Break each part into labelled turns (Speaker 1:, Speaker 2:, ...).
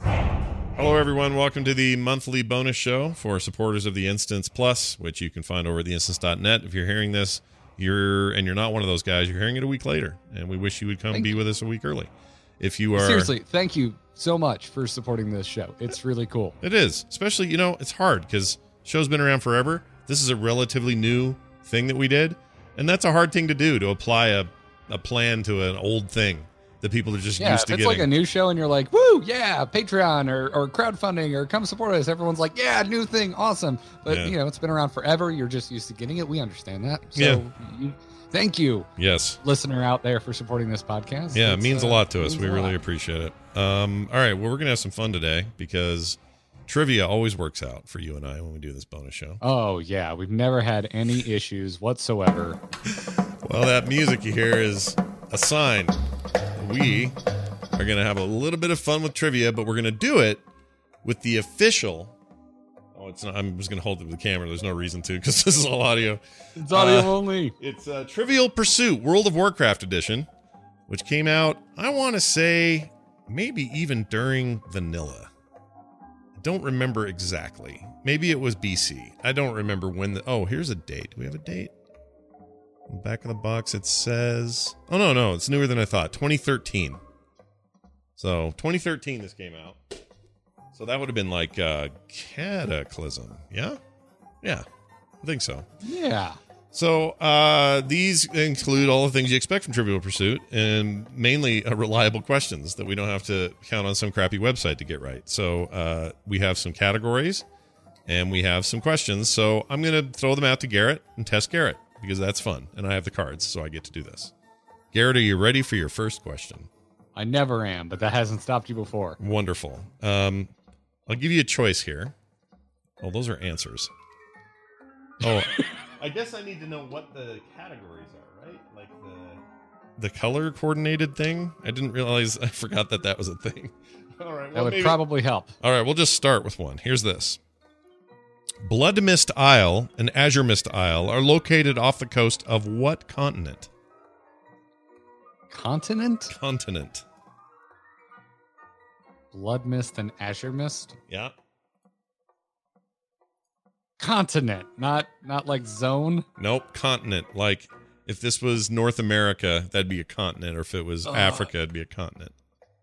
Speaker 1: Hello, everyone. Welcome to the monthly bonus show for supporters of the Instance Plus, which you can find over at theinstance.net. If you're hearing this, you're and you're not one of those guys. You're hearing it a week later, and we wish you would come
Speaker 2: Thank
Speaker 1: be
Speaker 2: you.
Speaker 1: with us a week early. If you are
Speaker 2: Seriously, thank you so much for supporting this show. It's really cool.
Speaker 1: it is especially you know it's hard because show's been around forever. This is a relatively new thing that we did, and that's a hard thing to do to apply a a plan to an old thing that people are just
Speaker 2: Yeah, if
Speaker 1: used
Speaker 2: it's
Speaker 1: to
Speaker 2: like
Speaker 1: getting.
Speaker 2: a new show and you're like, woo, yeah, Patreon or, or crowdfunding or come support us. Everyone's like, yeah, new thing, awesome. But,
Speaker 1: Yeah.
Speaker 2: you know, it's been around forever. You're just used to getting it. We understand that. So
Speaker 1: Yeah.
Speaker 2: you, thank you,
Speaker 1: yes.
Speaker 2: listener out there, for supporting this podcast.
Speaker 1: Yeah, it
Speaker 2: It's,
Speaker 1: means
Speaker 2: uh,
Speaker 1: a lot to us.
Speaker 2: means
Speaker 1: We
Speaker 2: a
Speaker 1: really
Speaker 2: lot.
Speaker 1: appreciate it. Um, all right, well, we're gonna have some fun today because trivia always works out for you and I when we do this bonus show.
Speaker 2: Oh, yeah. We've never had any issues whatsoever.
Speaker 1: Well, that music you hear is a sign. We are gonna have a little bit of fun with trivia, but we're gonna do it with the official. Oh, it's not. I'm just gonna hold it to the camera. There's no reason to because this is all audio.
Speaker 2: It's audio
Speaker 1: Uh,
Speaker 2: only.
Speaker 1: It's uh, Trivial Pursuit World of Warcraft Edition, which came out, I want to say, maybe even during vanilla. I don't remember exactly. Maybe it was BC. I don't remember when the. Oh, here's a date. Do we have a date? Back of the box, it says. Oh, no, no. It's newer than I thought. 2013. So, 2013, this came out. So, that would have been like uh, Cataclysm. Yeah? Yeah. I think so.
Speaker 2: Yeah.
Speaker 1: So uh, these include all the things you expect from Trivial Pursuit, and mainly uh, reliable questions that we don't have to count on some crappy website to get right. So uh, we have some categories, and we have some questions. So I'm gonna throw them out to Garrett and test Garrett because that's fun, and I have the cards, so I get to do this. Garrett, are you ready for your first question?
Speaker 2: I never am, but that hasn't stopped you before.
Speaker 1: Wonderful. Um, I'll give you a choice here. Oh, those are answers. Oh, I guess I need to know what the categories are, right? Like the the color coordinated thing. I didn't realize. I forgot that that was a thing. All right.
Speaker 2: That would probably help.
Speaker 1: All right. We'll just start with one. Here's this. Blood Mist Isle and Azure Mist Isle are located off the coast of what continent?
Speaker 2: Continent?
Speaker 1: Continent.
Speaker 2: Blood Mist and Azure Mist.
Speaker 1: Yeah.
Speaker 2: Continent, not not like zone.
Speaker 1: Nope, continent. Like if this was North America, that'd be a continent, or if it was
Speaker 2: Ugh.
Speaker 1: Africa, it'd be a continent.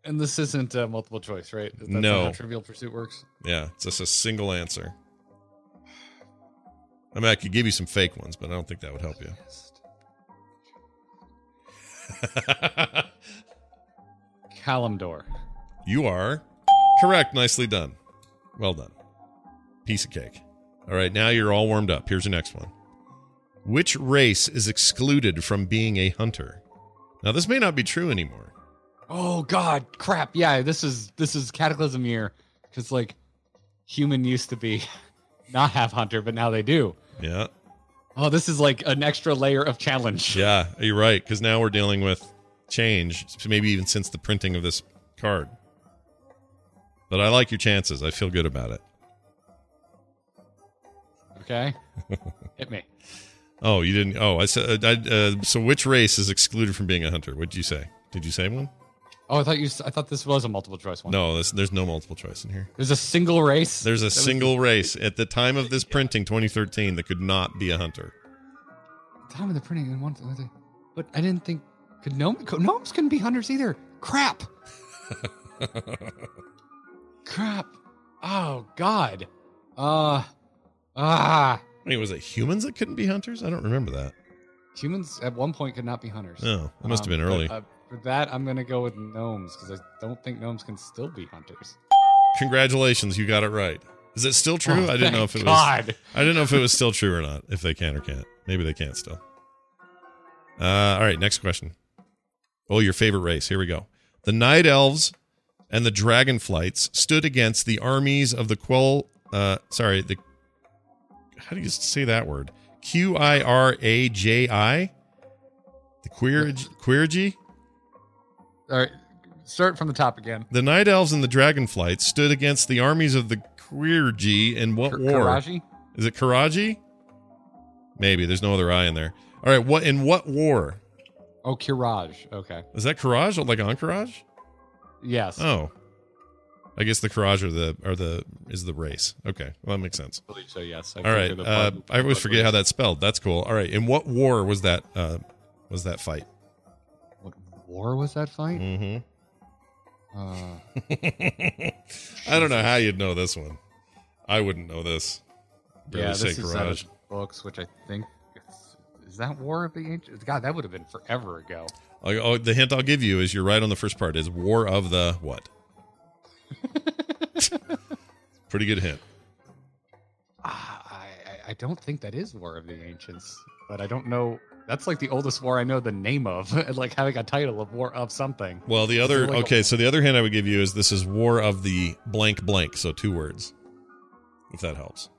Speaker 2: And this isn't uh, multiple choice, right? That's not
Speaker 1: No.
Speaker 2: how Trivial Pursuit works.
Speaker 1: Yeah, it's just a single answer. I mean, I could give you some fake ones, but I don't think that would help you.
Speaker 2: Kalimdor.
Speaker 1: you are correct. Nicely done. Well done. Piece of cake. All right, now you're all warmed up. Here's your next one. Which race is excluded from being a hunter? Now, this may not be true anymore.
Speaker 2: Oh God, crap! Yeah, this is this is Cataclysm year because like human used to be not have hunter, but now they do.
Speaker 1: Yeah.
Speaker 2: Oh, this is like an extra layer of challenge.
Speaker 1: Yeah, you're right. Because now we're dealing with change, so maybe even since the printing of this card. But I like your chances. I feel good about it.
Speaker 2: Okay, hit me.
Speaker 1: Oh, you didn't. Oh, I said. I, uh, so, which race is excluded from being a hunter? What'd you say? Did you say one?
Speaker 2: Oh, I thought you. s- I thought this was a multiple choice one.
Speaker 1: No, this, there's no multiple choice in here.
Speaker 2: there's a single race.
Speaker 1: There's a
Speaker 2: That was-
Speaker 1: single race at the time of this printing, 2013, that could not be a hunter.
Speaker 2: time of the printing and one other thing. But I didn't think could gnome, could- gnomes couldn't be hunters either. Crap. Crap. Oh God. Uh ah.
Speaker 1: Wait, was it humans that couldn't be hunters? I don't remember that.
Speaker 2: Humans at one point could not be hunters.
Speaker 1: No, it must have
Speaker 2: Um,
Speaker 1: been
Speaker 2: but,
Speaker 1: early.
Speaker 2: uh, for that, I'm gonna go with gnomes because I don't think gnomes can still be hunters.
Speaker 1: Congratulations, you got it right. Is it still true?
Speaker 2: Oh,
Speaker 1: I didn't know if it
Speaker 2: thank
Speaker 1: was.
Speaker 2: God.
Speaker 1: I didn't know if it was still true or not. If they can or can't, maybe they can't still. Uh, all right, next question. Oh, your favorite race. Here we go. The night elves and the dragonflights stood against the armies of the Quel. Uh, sorry, the how do you say that word? Q I R A J I. The queer queergy.
Speaker 2: All right, start from the top again.
Speaker 1: The night elves and the dragonflights stood against the armies of the queergy in what
Speaker 2: Kar-
Speaker 1: war?
Speaker 2: Karaji?
Speaker 1: Is it Karaji? Maybe there's no other I in there. All right, what in what war?
Speaker 2: Oh, Kiraj. Okay.
Speaker 1: Is that Karaj like Ankaraj?
Speaker 2: Yes.
Speaker 1: Oh, I guess the Karaj are the are the is the race. Okay, well that makes sense.
Speaker 2: I believe so. Yes. I
Speaker 1: All
Speaker 2: think
Speaker 1: right,
Speaker 2: they're the
Speaker 1: uh,
Speaker 2: part-
Speaker 1: I always forget how that's spelled. That's cool. All right, in what war was that? Uh, was that fight?
Speaker 2: What war was that fight?
Speaker 1: Mm-hmm.
Speaker 2: Uh,
Speaker 1: I don't know how you'd know this one. I wouldn't know this. Barely
Speaker 2: yeah, this
Speaker 1: say
Speaker 2: is out
Speaker 1: Karaj.
Speaker 2: of books, which I think it's, is that War of the Ancients. God, that would have been forever ago.
Speaker 1: I- oh, the hint I'll give you is you're right on the first part. Is War of the what? Pretty good hint.
Speaker 2: Ah, I, I- I don't think that is War of the Ancients, but I don't know. That's like the oldest war I know the name of, and like having a title of War of something.
Speaker 1: Well, the
Speaker 2: Is
Speaker 1: other
Speaker 2: there like a-
Speaker 1: okay. So the other hint I would give you is this is War of the blank blank. So two words, if that helps.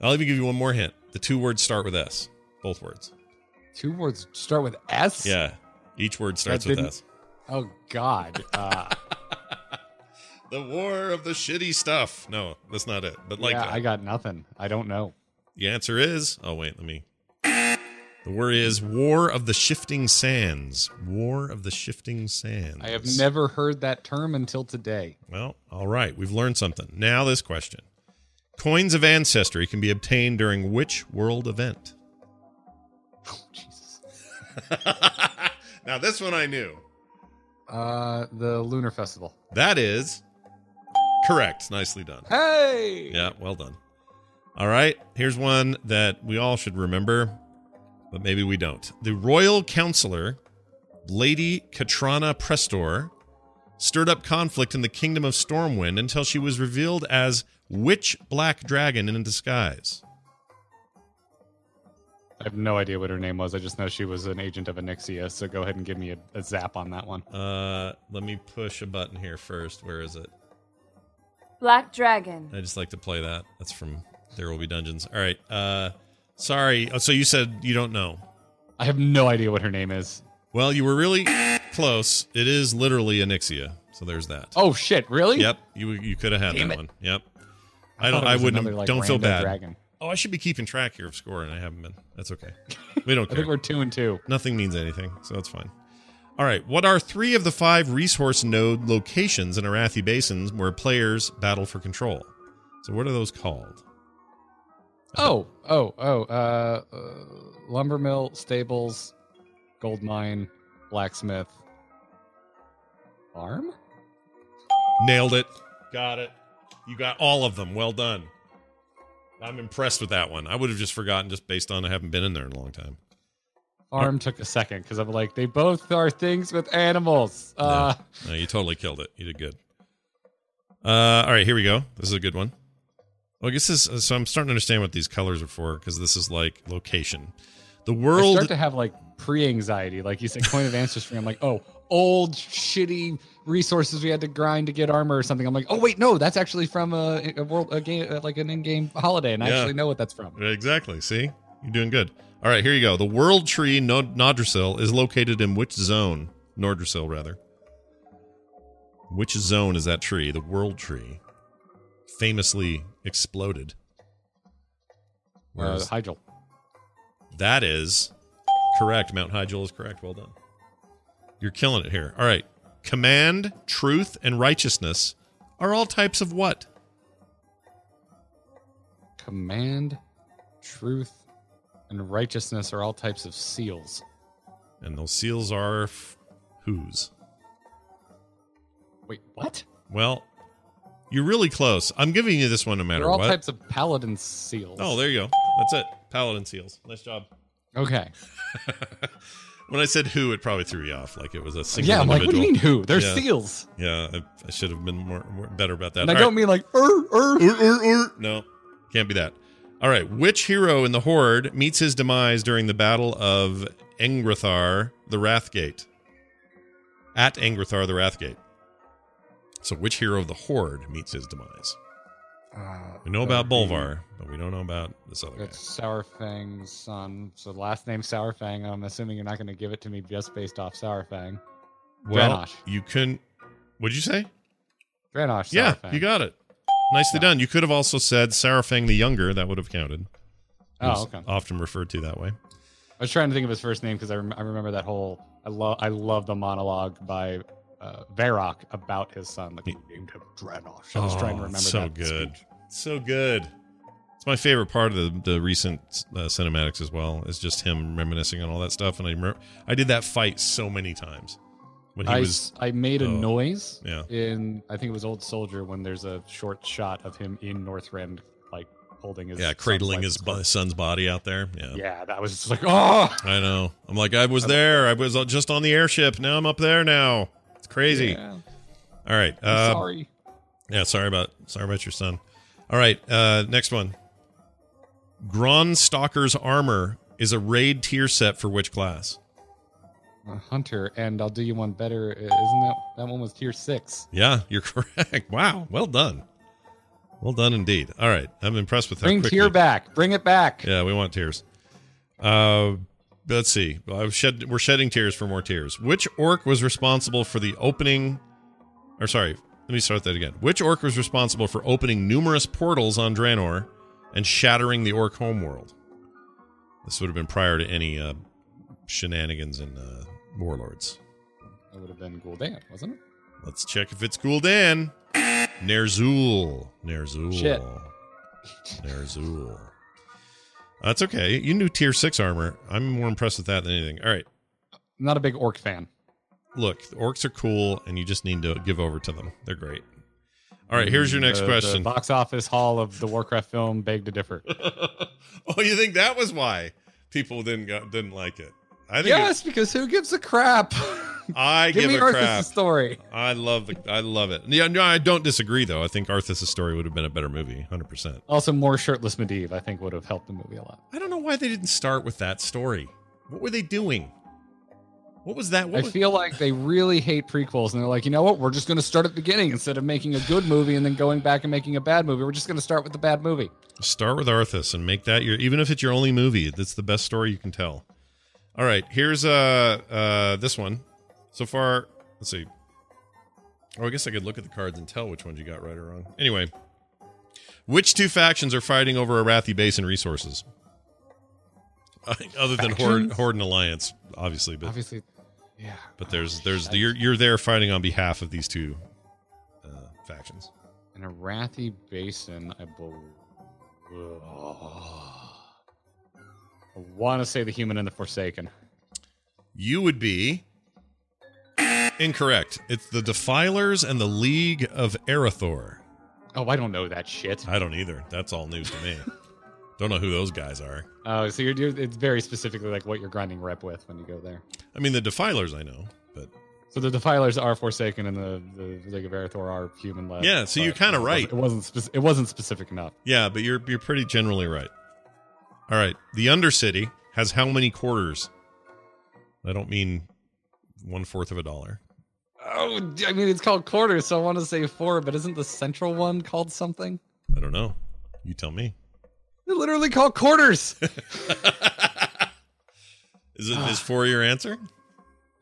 Speaker 1: I'll even give you one more hint. The two words start with S. Both words.
Speaker 2: Two words start with S.
Speaker 1: Yeah. Each word starts with
Speaker 2: didn't-
Speaker 1: S.
Speaker 2: Oh God. Uh,
Speaker 1: The war of the shitty stuff. No, that's not it. But like
Speaker 2: yeah,
Speaker 1: that.
Speaker 2: I got nothing. I don't know.
Speaker 1: The answer is. Oh wait, let me. The word is War of the Shifting Sands. War of the Shifting Sands.
Speaker 2: I have never heard that term until today.
Speaker 1: Well, all right. We've learned something. Now, this question Coins of Ancestry can be obtained during which world event?
Speaker 2: Jesus.
Speaker 1: now, this one I knew.
Speaker 2: Uh, the Lunar Festival.
Speaker 1: That is correct. Nicely done.
Speaker 2: Hey.
Speaker 1: Yeah, well done. All right. Here's one that we all should remember, but maybe we don't. The royal counselor, Lady Katrana Prestor, stirred up conflict in the kingdom of Stormwind until she was revealed as which black dragon in disguise?
Speaker 2: I have no idea what her name was. I just know she was an agent of Anixia. So go ahead and give me a, a zap on that one.
Speaker 1: Uh, let me push a button here first. Where is it?
Speaker 3: Black Dragon.
Speaker 1: I just like to play that. That's from There Will Be Dungeons. All right. Uh, sorry. Oh, so you said you don't know.
Speaker 2: I have no idea what her name is.
Speaker 1: Well, you were really close. It is literally Anixia. So there's that.
Speaker 2: Oh shit! Really?
Speaker 1: Yep. You you could have had
Speaker 2: Damn
Speaker 1: that
Speaker 2: it.
Speaker 1: one. Yep. I
Speaker 2: thought
Speaker 1: don't.
Speaker 2: it
Speaker 1: I
Speaker 2: was
Speaker 1: wouldn't.
Speaker 2: another, like,
Speaker 1: don't feel
Speaker 2: random
Speaker 1: bad.
Speaker 2: Dragon.
Speaker 1: Oh, I should be keeping track here of score, and I haven't been. That's okay. We don't
Speaker 2: I think
Speaker 1: care.
Speaker 2: we're two and two.
Speaker 1: Nothing means anything, so it's fine. All right. What are three of the five resource node locations in Arathi Basins where players battle for control? So what are those called?
Speaker 2: Oh, oh, oh. Uh, uh, lumber mill, stables, gold mine, blacksmith, farm.
Speaker 1: Nailed it. Got it. You got all of them. Well done. I'm impressed with that one. I would have just forgotten just based on I haven't been in there in a long time.
Speaker 2: Farm took a second because I'm like, they both are things with animals. Uh,
Speaker 1: No, you totally killed it. You did good. Uh, all right, here we go. This is a good one. Well, I guess this. So I'm starting to understand what these colors are for because this is like location. The
Speaker 2: I
Speaker 1: world.
Speaker 2: start to have like pre-anxiety. Like you said, coin of ancestry. I'm like, oh, old shitty resources we had to grind to get armor or something. I'm like, oh wait, no, that's actually from a, a world a game uh, like an in-game holiday, and I
Speaker 1: Yeah.
Speaker 2: actually know what that's from.
Speaker 1: exactly. See, you're doing good. All right, here you go. The world tree Nod- Nodrasil is located in which zone? Nordrasil, rather. Which zone is that tree? The world tree, famously exploded. Where
Speaker 2: Uh,
Speaker 1: is-
Speaker 2: Hyjal.
Speaker 1: That is correct. Mount Hyjal is correct. Well done. You're killing it here. All right. Command, truth, and righteousness are all types of what?
Speaker 2: Command, truth, and righteousness are all types of seals.
Speaker 1: And those seals are f- whose?
Speaker 2: Wait, what?
Speaker 1: Well, you're really close. I'm giving you this one no matter
Speaker 2: They're all
Speaker 1: what.
Speaker 2: types of paladin seals.
Speaker 1: oh, there you go. That's it. Paladin seals. Nice job.
Speaker 2: okay.
Speaker 1: When I said who, it probably threw you off. Like it was a single
Speaker 2: Yeah, I'm like, what do
Speaker 1: individual.
Speaker 2: you mean who? They're
Speaker 1: Yeah.
Speaker 2: seals,
Speaker 1: Yeah, I, I should have been more, more better about that.
Speaker 2: and I
Speaker 1: All right.
Speaker 2: don't mean like er er.
Speaker 1: Ur, ur, ur. No, can't be that. All right. Which hero in the Horde meets his demise during the Battle of Engrathar, the Wrathgate? at Angrathar the Wrathgate. So, which hero of the Horde meets his demise?
Speaker 2: Uh,
Speaker 1: We know about
Speaker 2: that'd be-
Speaker 1: Bolvar, but we don't know about this other guy.
Speaker 2: That's Sourfang's son. So last name Sourfang. I'm assuming you're not going to give it to me just based off Sourfang.
Speaker 1: Well,
Speaker 2: Dranosh.
Speaker 1: you can. What'd you say?
Speaker 2: Dranosh.
Speaker 1: Yeah,
Speaker 2: Sourfang.
Speaker 1: you got it. Nicely
Speaker 2: Yeah.
Speaker 1: done. You could have also said Sarafang the Younger. That would have counted.
Speaker 2: Oh,
Speaker 1: Who's
Speaker 2: okay.
Speaker 1: Often referred to that way.
Speaker 2: I was trying to think of his first name because I, rem- I remember that whole. I love. I love the monologue by uh, Varrock about his son. Like we named him Dranosh. I was trying to
Speaker 1: Oh,
Speaker 2: remember
Speaker 1: so
Speaker 2: that
Speaker 1: good.
Speaker 2: speech.
Speaker 1: So good. It's my favorite part of the, the recent uh, cinematics as well. Is just him reminiscing on all that stuff. And I remember I did that fight so many times when he
Speaker 2: I,
Speaker 1: was.
Speaker 2: s- I made a
Speaker 1: oh,
Speaker 2: noise
Speaker 1: yeah.
Speaker 2: in I think it was Old Soldier when there's a short shot of him in Northrend like holding his
Speaker 1: Yeah,
Speaker 2: son's
Speaker 1: cradling
Speaker 2: life-
Speaker 1: his bu- son's body out there. Yeah.
Speaker 2: Yeah, that was just like oh
Speaker 1: I know. I'm like, I was there. I was just on the airship. Now I'm up there now. It's crazy.
Speaker 2: Yeah, I'm
Speaker 1: All right. Uh,
Speaker 2: sorry.
Speaker 1: Yeah, sorry about sorry about your son. All right, uh, next one. Gron Stalker's armor is a raid tier set for which class?
Speaker 2: A Hunter, and I'll do you one better. Uh, Isn't that that one was tier six?
Speaker 1: Yeah, you're correct. Wow, well done, well done indeed. All right, I'm impressed with how
Speaker 2: Bring
Speaker 1: quickly.
Speaker 2: tier back. Bring it back.
Speaker 1: Yeah, we want tears. Uh, let's see. Well, I've shed, we're shedding tears for more tears. Which orc was responsible for the opening? Or sorry, let me start that again. Which orc was responsible for opening numerous portals on Draenor and shattering the orc homeworld? This would have been prior to any uh, shenanigans and uh, warlords.
Speaker 2: It would have been Gul'dan, wasn't it?
Speaker 1: Let's check if it's Gul'dan. Ner'zhul. Ner'zhul.
Speaker 2: Shit.
Speaker 1: Ner'zhul. That's okay. You knew tier six armor. I'm more impressed with that than anything. All right.
Speaker 2: I'm not a big orc fan.
Speaker 1: Look, the orcs are cool, and you just need to give over to them. They're great. All right. Here's your next
Speaker 2: The-
Speaker 1: question.
Speaker 2: Mm, uh, The box office hall of the Warcraft film beg to differ.
Speaker 1: oh, you think that was why people didn't go, didn't like it? I think it-
Speaker 2: yes, because who gives a crap?
Speaker 1: I
Speaker 2: Give
Speaker 1: give,
Speaker 2: me
Speaker 1: a crap.
Speaker 2: Arthas' story.
Speaker 1: I love the. I love it. Yeah, no, I don't disagree though. I think Arthas' story would have been a better movie, hundred percent.
Speaker 2: Also, more shirtless Medivh, I think, would have helped the movie a lot.
Speaker 1: I don't know why they didn't start with that story. What were they doing? What was that? What
Speaker 2: I
Speaker 1: was-
Speaker 2: feel like they really hate prequels, and they're like, you know what? We're just going to start at the beginning instead of making a good movie and then going back and making a bad movie. We're just going to start with the bad movie.
Speaker 1: Start with Arthas and make that your even if it's your only movie, that's the best story you can tell. All right, here's uh uh this one. So far, let's see. Oh, I guess I could look at the cards and tell which ones you got right or wrong. Anyway, which two factions are fighting over Arathi base and resources? Other than Horde,
Speaker 2: Factions?
Speaker 1: Horde and Alliance, obviously, but
Speaker 2: Obviously, yeah.
Speaker 1: but there's there's you're you're there fighting on behalf of these two uh, factions.
Speaker 2: in a Wrathy Basin, I believe. I want to say the human and the Forsaken.
Speaker 1: You would be incorrect. It's the Defilers and the League of Arathor.
Speaker 2: Oh, I don't know that shit.
Speaker 1: I don't either. That's all news to me. don't know who those guys are.
Speaker 2: Oh, so you're, you're it's very specifically like what you're grinding rep with when you go there.
Speaker 1: I mean, the Defilers I know, but
Speaker 2: So the Defilers are Forsaken, and the the League of Arathor are human led.
Speaker 1: Yeah, so you're kinda right.
Speaker 2: It wasn't spec- it wasn't specific enough.
Speaker 1: yeah, but you're you're pretty generally right. All right, the Undercity has how many quarters? I don't mean one fourth of a dollar.
Speaker 2: Oh, I mean, it's called quarters, so I want to say four, but isn't the central one called something?
Speaker 1: I don't know. You tell me.
Speaker 2: They're literally called quarters.
Speaker 1: Is it is four your answer?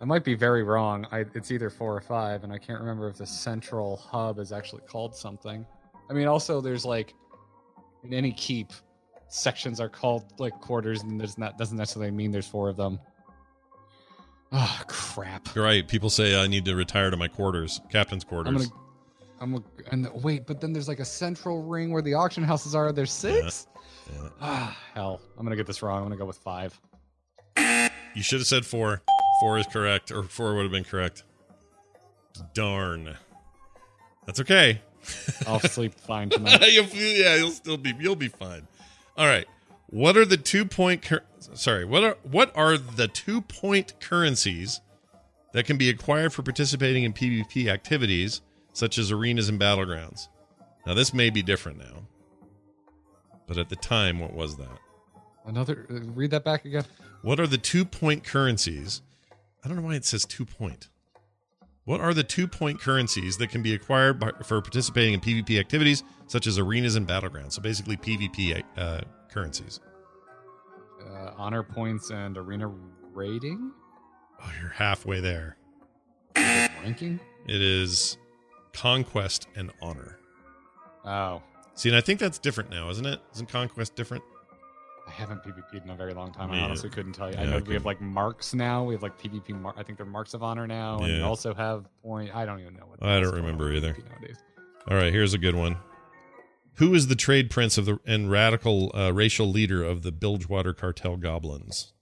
Speaker 2: I might be very wrong. I, it's either four or five, and I can't remember if the central hub is actually called something. I mean, also there's like in any keep, sections are called like quarters, and there's not doesn't necessarily mean there's four of them. Ah, crap.
Speaker 1: You're right. People say I need to retire to my quarters, captain's quarters.
Speaker 2: I'm gonna. I'm gonna, and the, wait, but then there's like a central ring where the auction houses are. There's six.
Speaker 1: Yeah.
Speaker 2: Ah, hell, I'm gonna get this wrong. I'm gonna go with five.
Speaker 1: You should have said four. Four is correct, or four would have been correct. Darn. That's okay.
Speaker 2: I'll sleep fine tonight.
Speaker 1: you'll, yeah, you'll still be you'll be fine. All right. What are the two point? Cur- sorry. What are what are the two point currencies that can be acquired for participating in PvP activities such as arenas and battlegrounds? Now this may be different now, but at the time, what was that?
Speaker 2: Another. uh, Read that back again.
Speaker 1: What are the two point currencies? I don't know why it says two point. What are the two point currencies that can be acquired by, for participating in PvP activities such as arenas and battlegrounds? So basically, PvP uh, currencies.
Speaker 2: Uh, honor points and arena rating?
Speaker 1: Oh, you're halfway there.
Speaker 2: Ranking?
Speaker 1: It is conquest and honor.
Speaker 2: Oh,
Speaker 1: See, and I think that's different now, isn't it? Isn't conquest different?
Speaker 2: I haven't PvP'd in a very long time.
Speaker 1: Yeah.
Speaker 2: I honestly couldn't tell you.
Speaker 1: Yeah,
Speaker 2: I know
Speaker 1: I
Speaker 2: we have like marks now. We have like PvP. Mar- I think they're marks of honor now, and we
Speaker 1: Yeah.
Speaker 2: also have point. I don't even know what. the
Speaker 1: I don't
Speaker 2: hell's going on
Speaker 1: remember
Speaker 2: with
Speaker 1: either.
Speaker 2: PvP Nowadays.
Speaker 1: All right, here's a good one. Who is the trade prince of the and radical uh, racial leader of the Bilgewater cartel goblins?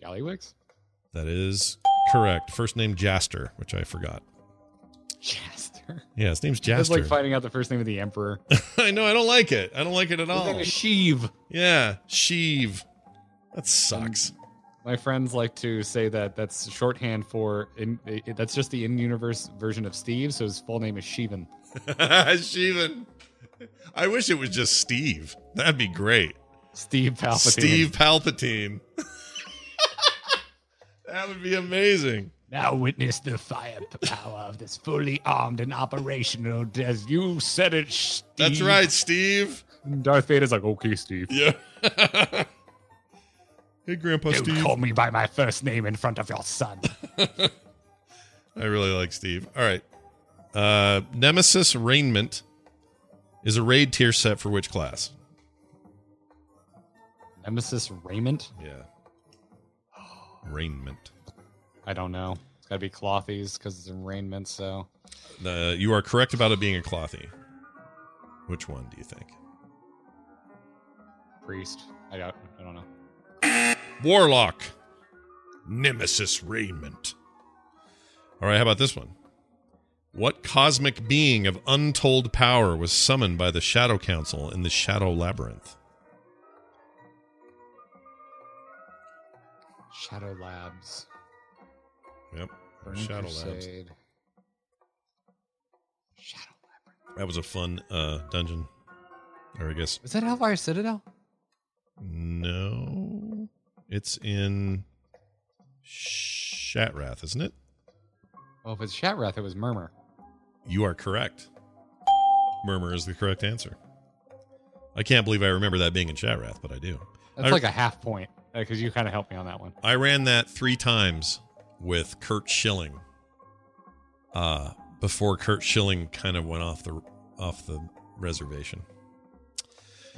Speaker 2: Gallywix.
Speaker 1: That is correct. First name Jaster, which I forgot.
Speaker 2: Jaster.
Speaker 1: Yeah, his name's
Speaker 2: It's
Speaker 1: Jaster.
Speaker 2: like finding out the first name of the emperor.
Speaker 1: I know. I don't like it. I don't like it at
Speaker 2: His
Speaker 1: all.
Speaker 2: name is Sheev.
Speaker 1: Yeah, Sheev. That sucks.
Speaker 2: My friends like to say that that's shorthand for in, it, that's just the in-universe version of Steve. So his full name is Sheevan.
Speaker 1: Sheevan. I wish it was just Steve. That'd be great.
Speaker 2: Steve Palpatine.
Speaker 1: Steve Palpatine. that would be amazing.
Speaker 2: Now witness the firepower of this fully armed and operational. As you said it, Steve.
Speaker 1: That's right, Steve.
Speaker 2: Darth Vader's like, okay, Steve.
Speaker 1: Yeah. hey, Grandpa
Speaker 2: Don't
Speaker 1: Steve.
Speaker 2: call me by my first name in front of your son.
Speaker 1: I really like Steve. All right. Uh, Nemesis Rainment is a raid tier set for which class?
Speaker 2: Nemesis Raymond?
Speaker 1: Yeah. Rainment.
Speaker 2: I don't know. It's got to be Clothies because it's arraignment, so.
Speaker 1: The, you are correct about it being a clothy. Which one do you think?
Speaker 2: Priest. I got. I don't know.
Speaker 1: Warlock. Nemesis Raiment. All right, how about this one? What cosmic being of untold power was summoned by the Shadow Council in the Shadow Labyrinth?
Speaker 2: Shadow Labs.
Speaker 1: Yep.
Speaker 2: Burning
Speaker 1: Shadow Labs.
Speaker 2: Crusade. Shadow Labyrinth.
Speaker 1: That was a fun uh, dungeon. Or I guess
Speaker 2: Is that Hellfire Citadel?
Speaker 1: no. It's in Shatrath, isn't it?
Speaker 2: Well, if it's Shatrath, it was Murmur.
Speaker 1: You are correct. Murmur is the correct answer. I can't believe I remember that being in Shatrath, but I do.
Speaker 2: That's
Speaker 1: I-
Speaker 2: like a half point because you kind of helped me on that one.
Speaker 1: I ran that three times with Kurt Schilling. Uh before Kurt Schilling kind of went off the off the reservation.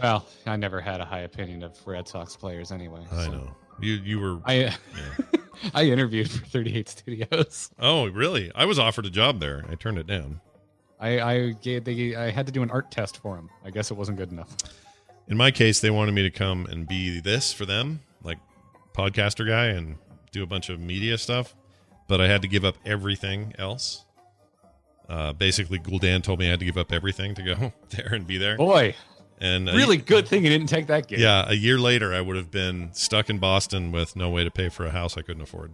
Speaker 2: Well, I never had a high opinion of Red Sox players anyway.
Speaker 1: I
Speaker 2: so-
Speaker 1: know. You you were
Speaker 2: I
Speaker 1: yeah.
Speaker 2: I interviewed for 38 Studios.
Speaker 1: Oh, really? I was offered a job there. I turned it down.
Speaker 2: I I gave, they, I had to do an art test for him. I guess it wasn't good enough.
Speaker 1: In my case, they wanted me to come and be this for them, like podcaster guy and do a bunch of media stuff, but I had to give up everything else. Uh, basically, Gul'dan told me I had to give up everything to go there and be there.
Speaker 2: Boy,
Speaker 1: And uh, a-
Speaker 2: Oh, really good thing you didn't take that game.
Speaker 1: yeah, a year later, I would have been stuck in Boston with no way to pay for a house I couldn't afford.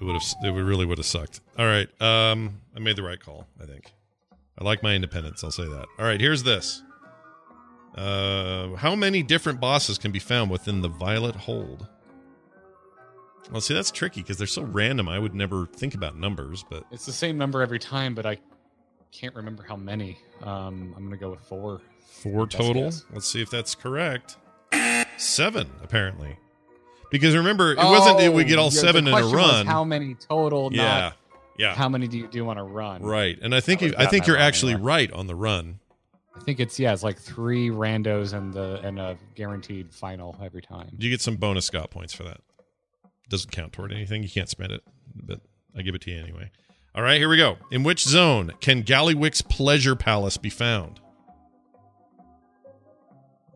Speaker 1: It would have, it would really would have sucked. All right, um, I made the right call. I think I like my independence. I'll say that. All right, here's this. Uh, how many different bosses can be found within the Violet Hold? Well, see, that's tricky because they're so random. I would never think about numbers, but
Speaker 2: It's the same number every time, but I can't remember how many. Um, I'm gonna go with four.
Speaker 1: Four
Speaker 2: Best
Speaker 1: total.
Speaker 2: guess.
Speaker 1: Let's see if that's correct. Seven, apparently. Because remember, it wasn't that we get all
Speaker 2: Oh, yeah, the
Speaker 1: seven in a
Speaker 2: question was
Speaker 1: run.
Speaker 2: How many total?
Speaker 1: yeah,
Speaker 2: Not
Speaker 1: yeah,
Speaker 2: how many do you do on a run?
Speaker 1: right. And I think
Speaker 2: I
Speaker 1: you,
Speaker 2: would've
Speaker 1: I
Speaker 2: gotten
Speaker 1: think
Speaker 2: that
Speaker 1: you're
Speaker 2: wrong
Speaker 1: actually
Speaker 2: anyway.
Speaker 1: right on the run.
Speaker 2: I think it's yeah. It's like three randos and the and a guaranteed final every time.
Speaker 1: You get some bonus Scott points for that. Doesn't count toward anything. You can't spend it, but I give it to you anyway. All right, here we go. In which zone can Gallywick's Pleasure Palace be found?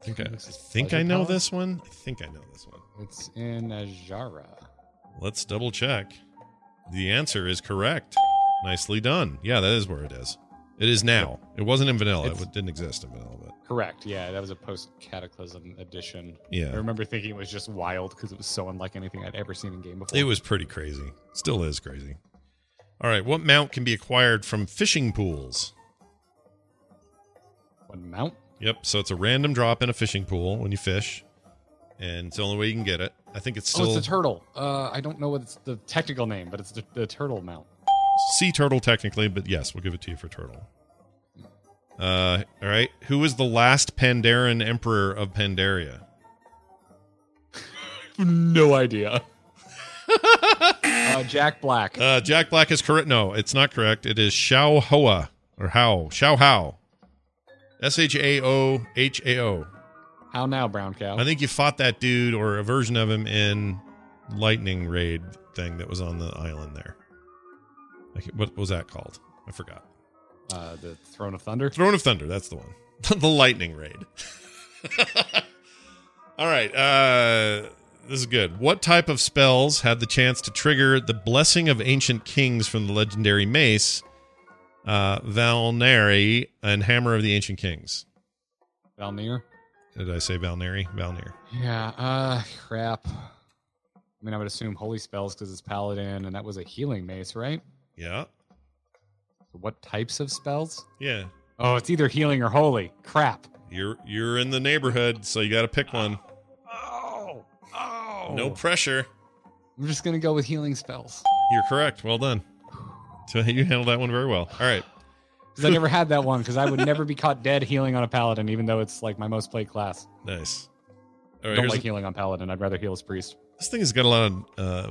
Speaker 1: I think I, I,
Speaker 2: Gallywick's
Speaker 1: think I
Speaker 2: Pleasure
Speaker 1: know
Speaker 2: Palace?
Speaker 1: this one. I think I know this one.
Speaker 2: It's in Ajara.
Speaker 1: Let's double check. The answer is correct. Nicely done. Yeah, that is where it is. It is now. It wasn't in vanilla.
Speaker 2: It's-
Speaker 1: it didn't exist in vanilla, but
Speaker 2: Correct. Yeah, that was a post Cataclysm edition. I
Speaker 1: yeah,
Speaker 2: remember thinking it was just wild because it was so unlike anything I'd ever seen in game before.
Speaker 1: it was pretty crazy. Still is crazy. All right, what mount can be acquired from fishing pools?
Speaker 2: one mount. Oh,
Speaker 1: Yep. So it's a random drop in a fishing pool when you fish, and it's the only way you can get it. I think it's
Speaker 2: oh,
Speaker 1: still
Speaker 2: it's the turtle. Uh, I don't know what it's the technical name, but it's the, the turtle mount.
Speaker 1: sea turtle technically, but yes, we'll give it to you for turtle. Uh, all right. Who was the last Pandaren emperor of Pandaria?
Speaker 2: No idea. uh, Jack Black.
Speaker 1: Uh, Jack Black is correct. No, it's not correct. It is Xiao Hoa or How Xiao Hao. S H A O H A O.
Speaker 2: How now, Brown Cow?
Speaker 1: I think you fought that dude or a version of him in lightning raid thing that was on the island there. Like, what was that called? I forgot.
Speaker 2: Uh, the Throne of Thunder.
Speaker 1: Throne of Thunder. That's the one. the lightning raid. All right. Uh, this is good. What type of spells had the chance to trigger the blessing of ancient kings from the legendary mace, uh, Valneri, and Hammer of the Ancient Kings?
Speaker 2: Valnir.
Speaker 1: Did I say Valneri? Valnir.
Speaker 2: Yeah. Uh, crap. I mean, I would assume holy spells because it's paladin, and that was a healing mace, right?
Speaker 1: Yeah.
Speaker 2: What types of spells?
Speaker 1: Yeah.
Speaker 2: Oh, it's either healing or holy. Crap.
Speaker 1: You're you're in the neighborhood, so you got to pick one.
Speaker 2: Oh. Oh.
Speaker 1: No pressure.
Speaker 2: I'm just gonna go with healing spells
Speaker 1: You're correct. Well done. So you handled that one very well. All right.
Speaker 2: because I never had that one because I would never be caught dead healing on a paladin, even though it's like my most played class.
Speaker 1: Nice. All right.
Speaker 2: Don't
Speaker 1: here's
Speaker 2: like
Speaker 1: a-
Speaker 2: healing on paladin. I'd rather heal as priest.
Speaker 1: This thing has got a lot of uh,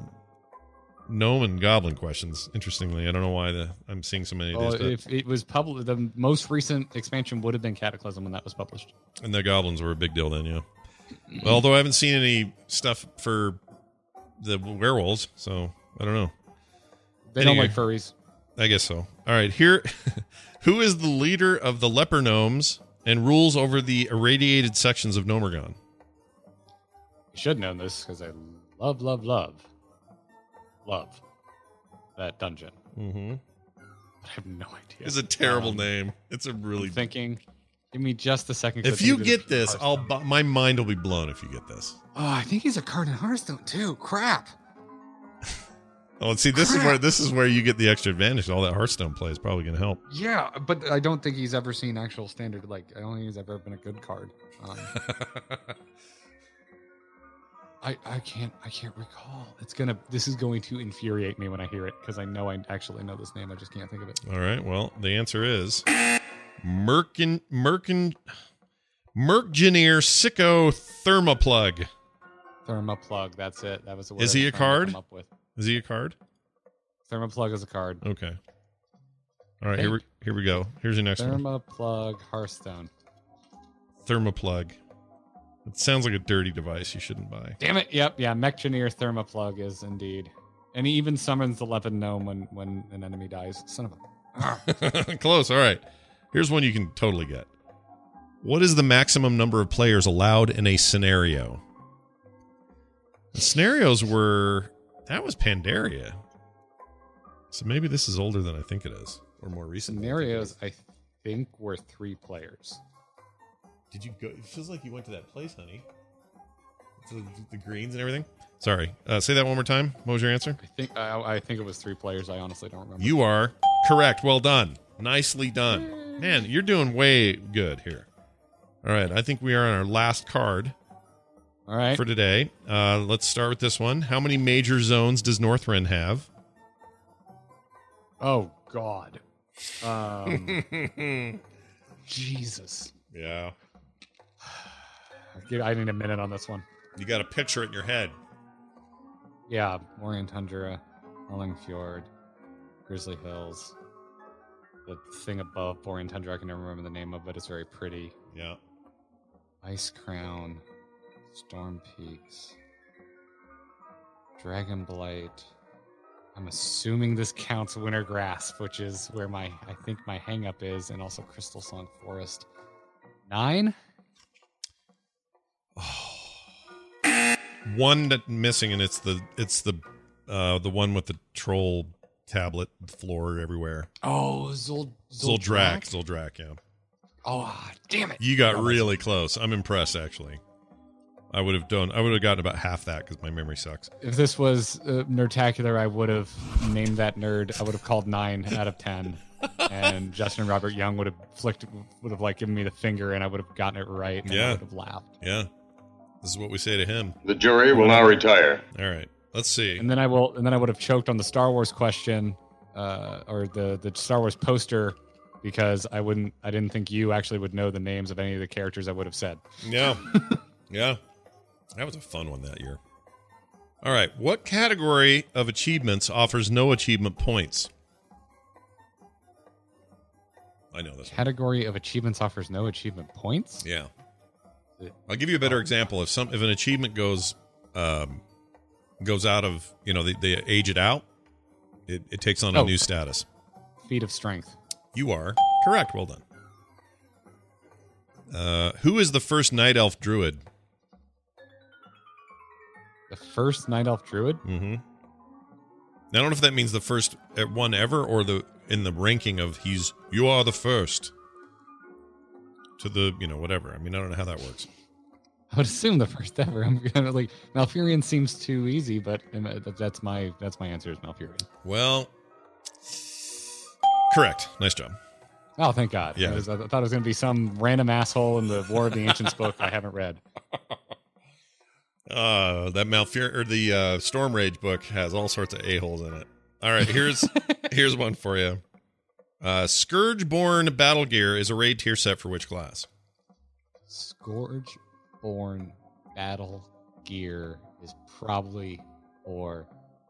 Speaker 1: gnome and goblin questions. Interestingly, I don't know why the I'm seeing so many of
Speaker 2: Well,
Speaker 1: these, but,
Speaker 2: Oh, if it was public, the most recent expansion would have been Cataclysm when that was published.
Speaker 1: and the goblins were a big deal then, yeah. Well, although I haven't seen any stuff for the werewolves, so I don't know.
Speaker 2: They don't
Speaker 1: Anyway.
Speaker 2: like furries.
Speaker 1: I guess so. All right, here, who is the leader of the leper gnomes and rules over the irradiated sections of Nomergon?
Speaker 2: You should know this because I love, love, love, love that dungeon.
Speaker 1: Mm-hmm.
Speaker 2: But I have no idea.
Speaker 1: It's a terrible
Speaker 2: Um,
Speaker 1: name. It's a really.
Speaker 2: I'm thinking. Give me just a second. 'cause I
Speaker 1: If
Speaker 2: think
Speaker 1: you
Speaker 2: it is
Speaker 1: get
Speaker 2: from
Speaker 1: this, I'll.
Speaker 2: Hearthstone.
Speaker 1: bu- My mind will be blown if you get this.
Speaker 2: Oh, I think he's a card in Hearthstone too. Crap.
Speaker 1: Oh, and see, this is where this is where you get the extra advantage. All that Hearthstone play is probably going to help.
Speaker 2: Yeah, but I don't think he's ever seen actual standard. Like, I don't think he's ever been a good card. Um, I I can't I can't recall. It's gonna. This is going to infuriate me when I hear it because I know I actually know this name. I just can't think of it.
Speaker 1: All right. Well, the answer is Merkin Merkin Merkgineer Sicko Thermoplug.
Speaker 2: Thermoplug. That's it. That was the word.
Speaker 1: Is
Speaker 2: I
Speaker 1: he
Speaker 2: was
Speaker 1: a
Speaker 2: trying to
Speaker 1: card?
Speaker 2: come Up with.
Speaker 1: Is he a card?
Speaker 2: Thermoplug is a card.
Speaker 1: Okay. All right. Here we here we go. Here's your next one.
Speaker 2: Thermoplug Hearthstone.
Speaker 1: Thermoplug. It sounds like a dirty device you shouldn't buy.
Speaker 2: Damn it! Yep, yeah. Mechaneer Thermoplug is indeed, and he even summons the Leaven Gnome when when an enemy dies. Son of a. ah.
Speaker 1: Close. All right. Here's one you can totally get. What is the maximum number of players allowed in a scenario? The scenarios were that was Pandaria. So maybe this is older than I think it is or more recent. than I think it
Speaker 2: Scenarios,
Speaker 1: is.
Speaker 2: I think, were three players.
Speaker 1: Did you go it feels like you went to that place, honey? To the, the greens and everything? Sorry. Uh, say that one more time. What was your answer?
Speaker 2: I think I, I think it was three players. I honestly don't remember.
Speaker 1: You are correct. Well done. Nicely done. Man, you're doing way good here. All right. I think we are on our last card
Speaker 2: all right?
Speaker 1: for today. Uh, let's start with this one. How many major zones does Northrend have?
Speaker 2: oh God, um, Jesus!
Speaker 1: yeah.
Speaker 2: I get- I need a minute on this one.
Speaker 1: You got a picture it in your head.
Speaker 2: Yeah, Orient Tundra, Elling Fjord, Grizzly Hills. The thing above Orient Tundra, I can never remember the name of, but it's very pretty.
Speaker 1: Yeah.
Speaker 2: Ice Crown, Storm Peaks, Dragon Blight. I'm assuming this counts Winter Grasp, which is where my I think my hang up is, and also Crystal Song Forest. Nine?
Speaker 1: One that missing, and it's the it's the uh, the one with the troll tablet floor everywhere.
Speaker 2: Oh, Zol
Speaker 1: Zoldrak. Zoldrak. Yeah.
Speaker 2: Oh, ah, damn it!
Speaker 1: You got
Speaker 2: Oh,
Speaker 1: really close. I'm impressed, actually. I would have done. I would have gotten about half that because my memory sucks.
Speaker 2: If this was uh, Nerdtacular, I would have named that nerd. I would have called nine out of ten, and Justin Robert Young would have flicked, would have like given me the finger, and I would have gotten it right, and
Speaker 1: Yeah.
Speaker 2: I would have laughed.
Speaker 1: Yeah, this is what we say to him.
Speaker 4: The jury will now retire.
Speaker 1: All right, let's see.
Speaker 2: And then I will, and then I would have choked on the Star Wars question uh, or the the Star Wars poster because I wouldn't I didn't think you actually would know the names of any of the characters I would have said.
Speaker 1: Yeah. yeah. That was a fun one that year. All right. What category of achievements offers no achievement points? I know this one.
Speaker 2: Category of achievements offers no achievement points.
Speaker 1: Yeah. I'll give you a better example. If some if an achievement goes um goes out of you know, they, they age it out, it, it takes on a
Speaker 2: Oh.
Speaker 1: new status.
Speaker 2: Feat of strength.
Speaker 1: You are correct. Well done. Uh, who is the first night elf druid?
Speaker 2: The first night elf druid.
Speaker 1: Mm-hmm. I don't know if that means the first uh, one ever or the in the ranking of he's you are the first to the you know whatever. I mean I don't know how that works.
Speaker 2: I would assume the first ever. I'm gonna like Malfurion seems too easy, but um, that- that's my that's my answer is Malfurion.
Speaker 1: Well, correct. Nice job.
Speaker 2: Oh, thank God.
Speaker 1: Yeah.
Speaker 2: I, was- I thought it was going to be some random asshole in the War of the Ancients book I haven't read.
Speaker 1: Uh, that Malfur or the uh, Storm Rage book has all sorts of a holes in it. All right, here's here's one for you. Uh, Scourgeborn Battle Gear is a raid tier set for which class?
Speaker 2: Scourge Born Battle Gear is probably for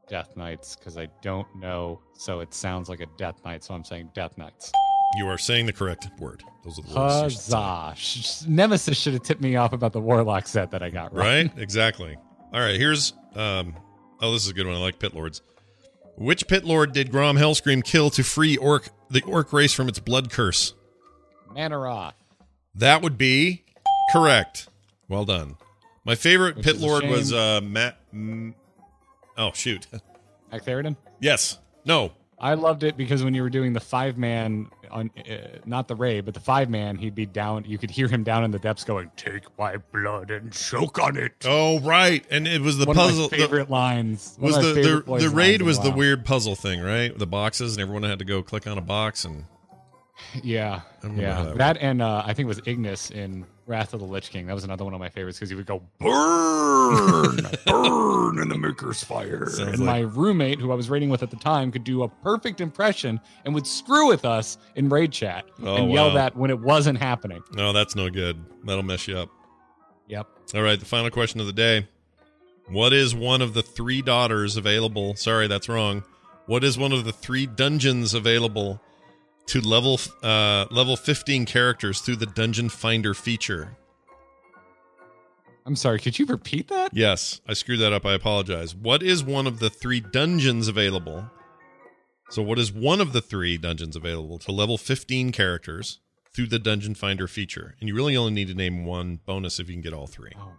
Speaker 2: Death Knights because I don't know. So it sounds like a Death Knight. So I'm saying Death Knights.
Speaker 1: You are saying the correct word. Those are the words. you should say.
Speaker 2: Huzzah. Sh- Nemesis should have tipped me off about the Warlock set that I got wrong.
Speaker 1: Right? exactly. All right, here's um oh this is a good one. I like pit lords. Which pit lord did Grom Hellscream kill to free orc the orc race from its blood curse?
Speaker 2: Manoroth.
Speaker 1: That would be correct. Well done. My favorite
Speaker 2: Which
Speaker 1: pit
Speaker 2: is a
Speaker 1: lord was
Speaker 2: shame.
Speaker 1: uh Matt mm, Oh shoot.
Speaker 2: Actheridon?
Speaker 1: yes. No.
Speaker 2: I loved it because when you were doing the five man on uh, not the raid, but the five man, he'd be down. You could hear him down in the depths going, "Take my blood and choke on it."
Speaker 1: Oh right. And it was the
Speaker 2: One
Speaker 1: puzzle
Speaker 2: of my
Speaker 1: the-
Speaker 2: favorite lines one
Speaker 1: was
Speaker 2: of my
Speaker 1: the the,
Speaker 2: favorite boys'
Speaker 1: the
Speaker 2: lines
Speaker 1: raid
Speaker 2: in
Speaker 1: was the
Speaker 2: WoW.
Speaker 1: weird puzzle thing, right? The boxes and everyone had to go click on a box and
Speaker 2: Yeah,
Speaker 1: remember how
Speaker 2: yeah,
Speaker 1: that
Speaker 2: that, and uh, I think it was Ignis in Wrath of the Lich King. That was another one of my favorites because he would go.
Speaker 4: Burn, burn in the Maker's fire.
Speaker 1: sounds
Speaker 2: And my
Speaker 1: like,
Speaker 2: roommate, who I was raiding with at the time, could do a perfect impression and would screw with us in raid chat
Speaker 1: Oh,
Speaker 2: and yell
Speaker 1: wow.
Speaker 2: that when it wasn't happening.
Speaker 1: No, that's no good. That'll mess you up.
Speaker 2: Yep.
Speaker 1: All right, the final question of the day. What is one of the three daughters available? Sorry, that's wrong. What is one of the three dungeons available to level uh, level 15 characters through the dungeon finder feature?
Speaker 2: I'm sorry. Could you repeat that?
Speaker 1: Yes, I screwed that up. I apologize. What is one of the three dungeons available? So what is one of the three dungeons available to level 15 characters through the dungeon finder feature? And you really only need to name one bonus if you can get all three.
Speaker 2: Oh,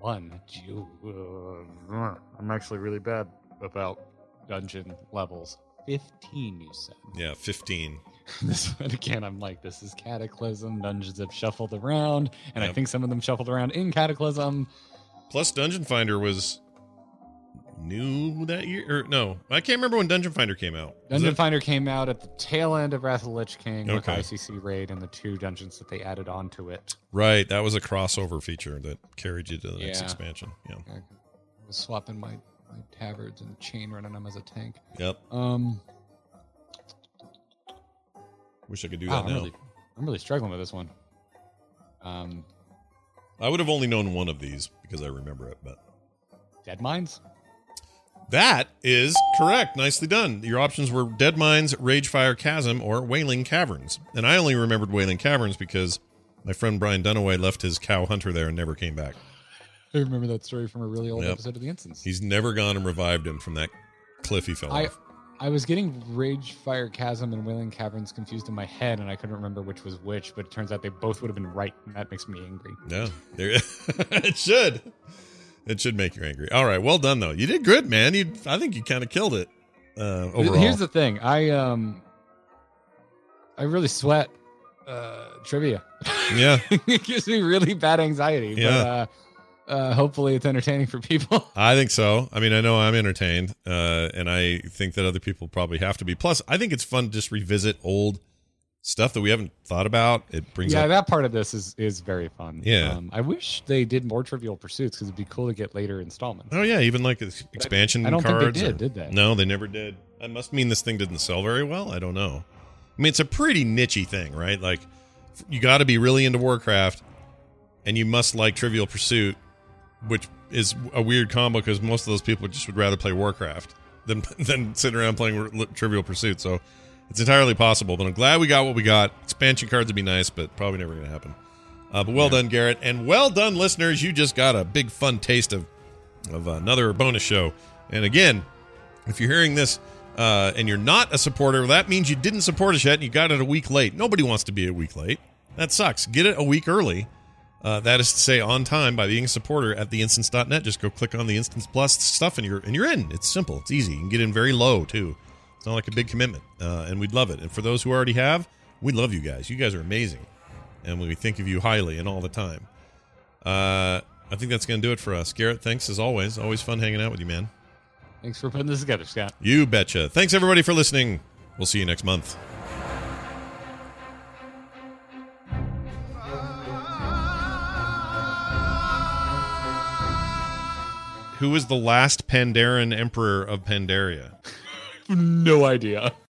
Speaker 2: one. Gee, uh, I'm actually really bad about dungeon levels. 15, you said.
Speaker 1: Yeah, 15.
Speaker 2: This one again, I'm like, this is Cataclysm. Dungeons have shuffled around, and I
Speaker 1: Yep.
Speaker 2: think some of them shuffled around in Cataclysm.
Speaker 1: Plus, Dungeon Finder was new that year. Or no, I can't remember when Dungeon Finder came out. Was
Speaker 2: Dungeon
Speaker 1: it-
Speaker 2: Finder came out at the tail end of Wrath of the Lich King with
Speaker 1: Okay.
Speaker 2: ICC Raid and the two dungeons that they added onto it.
Speaker 1: right, that was a crossover feature that carried you to the next
Speaker 2: Yeah.
Speaker 1: expansion. Yeah.
Speaker 2: I was swapping my, my tabards and chain running them as a tank.
Speaker 1: Yep.
Speaker 2: Um,
Speaker 1: Wish I could do
Speaker 2: wow,
Speaker 1: that
Speaker 2: I'm,
Speaker 1: now.
Speaker 2: Oh, really, I'm really struggling with this one. Um,
Speaker 1: I would have only known one of these because I remember it, but
Speaker 2: Dead Mines?
Speaker 1: that is correct. Nicely done. Your options were Dead Mines, Ragefire Chasm, or Wailing Caverns. And I only remembered Wailing Caverns because my friend Brian Dunaway left his cow hunter there and never came back.
Speaker 2: I remember that story from a really old
Speaker 1: Yep.
Speaker 2: episode of The Instance.
Speaker 1: He's never gone and revived him from that cliff he fell
Speaker 2: I,
Speaker 1: off.
Speaker 2: I was getting Rage Fire Chasm and Wailing Caverns confused in my head, and I couldn't remember which was which, but it turns out they both would have been right, and that makes me angry.
Speaker 1: Yeah, there, it should. It should make you angry. All right, well done though. You did good, man. You, I think you kind of killed it uh, overall.
Speaker 2: Here's the thing I, um, I really sweat uh, trivia.
Speaker 1: yeah,
Speaker 2: it gives me really bad anxiety,
Speaker 1: Yeah.
Speaker 2: but uh, uh, hopefully it's entertaining for people.
Speaker 1: I think so. I mean, I know I'm entertained, uh, and I think that other people probably have to be. Plus, I think it's fun to just revisit old stuff that we haven't thought about. It brings
Speaker 2: yeah,
Speaker 1: up.
Speaker 2: that part of this is, is very fun.
Speaker 1: Yeah.
Speaker 2: Um, I wish they did more Trivial Pursuits because it'd be cool to get later installments.
Speaker 1: oh yeah, even like ex- expansion
Speaker 2: I don't think
Speaker 1: cards.
Speaker 2: they did,
Speaker 1: or-
Speaker 2: did they?
Speaker 1: No, they never did. That must mean this thing didn't sell very well. I don't know. I mean, it's a pretty nichey thing, right? Like, f- you got to be really into Warcraft, and you must like Trivial Pursuit, which is a weird combo because most of those people just would rather play Warcraft than than sit around playing R- Trivial Pursuit. So it's entirely possible. But I'm glad we got what we got. Expansion cards would be nice, but probably never going to happen. Uh, but well done, Garrett, and well done, listeners. You just got a big fun taste of of another bonus show. And again, if you're hearing this uh, and you're not a supporter, that means you didn't support us yet and you got it a week late. Nobody wants to be a week late. That sucks. Get it a week early. Uh, that is to say, on time by being a supporter at theinstance.net. Just go click on the Instance Plus stuff and you're and you're in. It's simple. It's easy. You can get in very low too. It's not like a big commitment, uh, and we'd love it. And for those who already have, we love you guys. You guys are amazing, and we think of you highly and all the time. Uh, I think that's going to do it for us. Garrett, thanks as always. Always fun hanging out with you, man.
Speaker 2: Thanks for putting this together, Scott.
Speaker 1: You betcha. Thanks everybody for listening. We'll see you next month. Who was the last Pandaren emperor of Pandaria?
Speaker 2: No idea.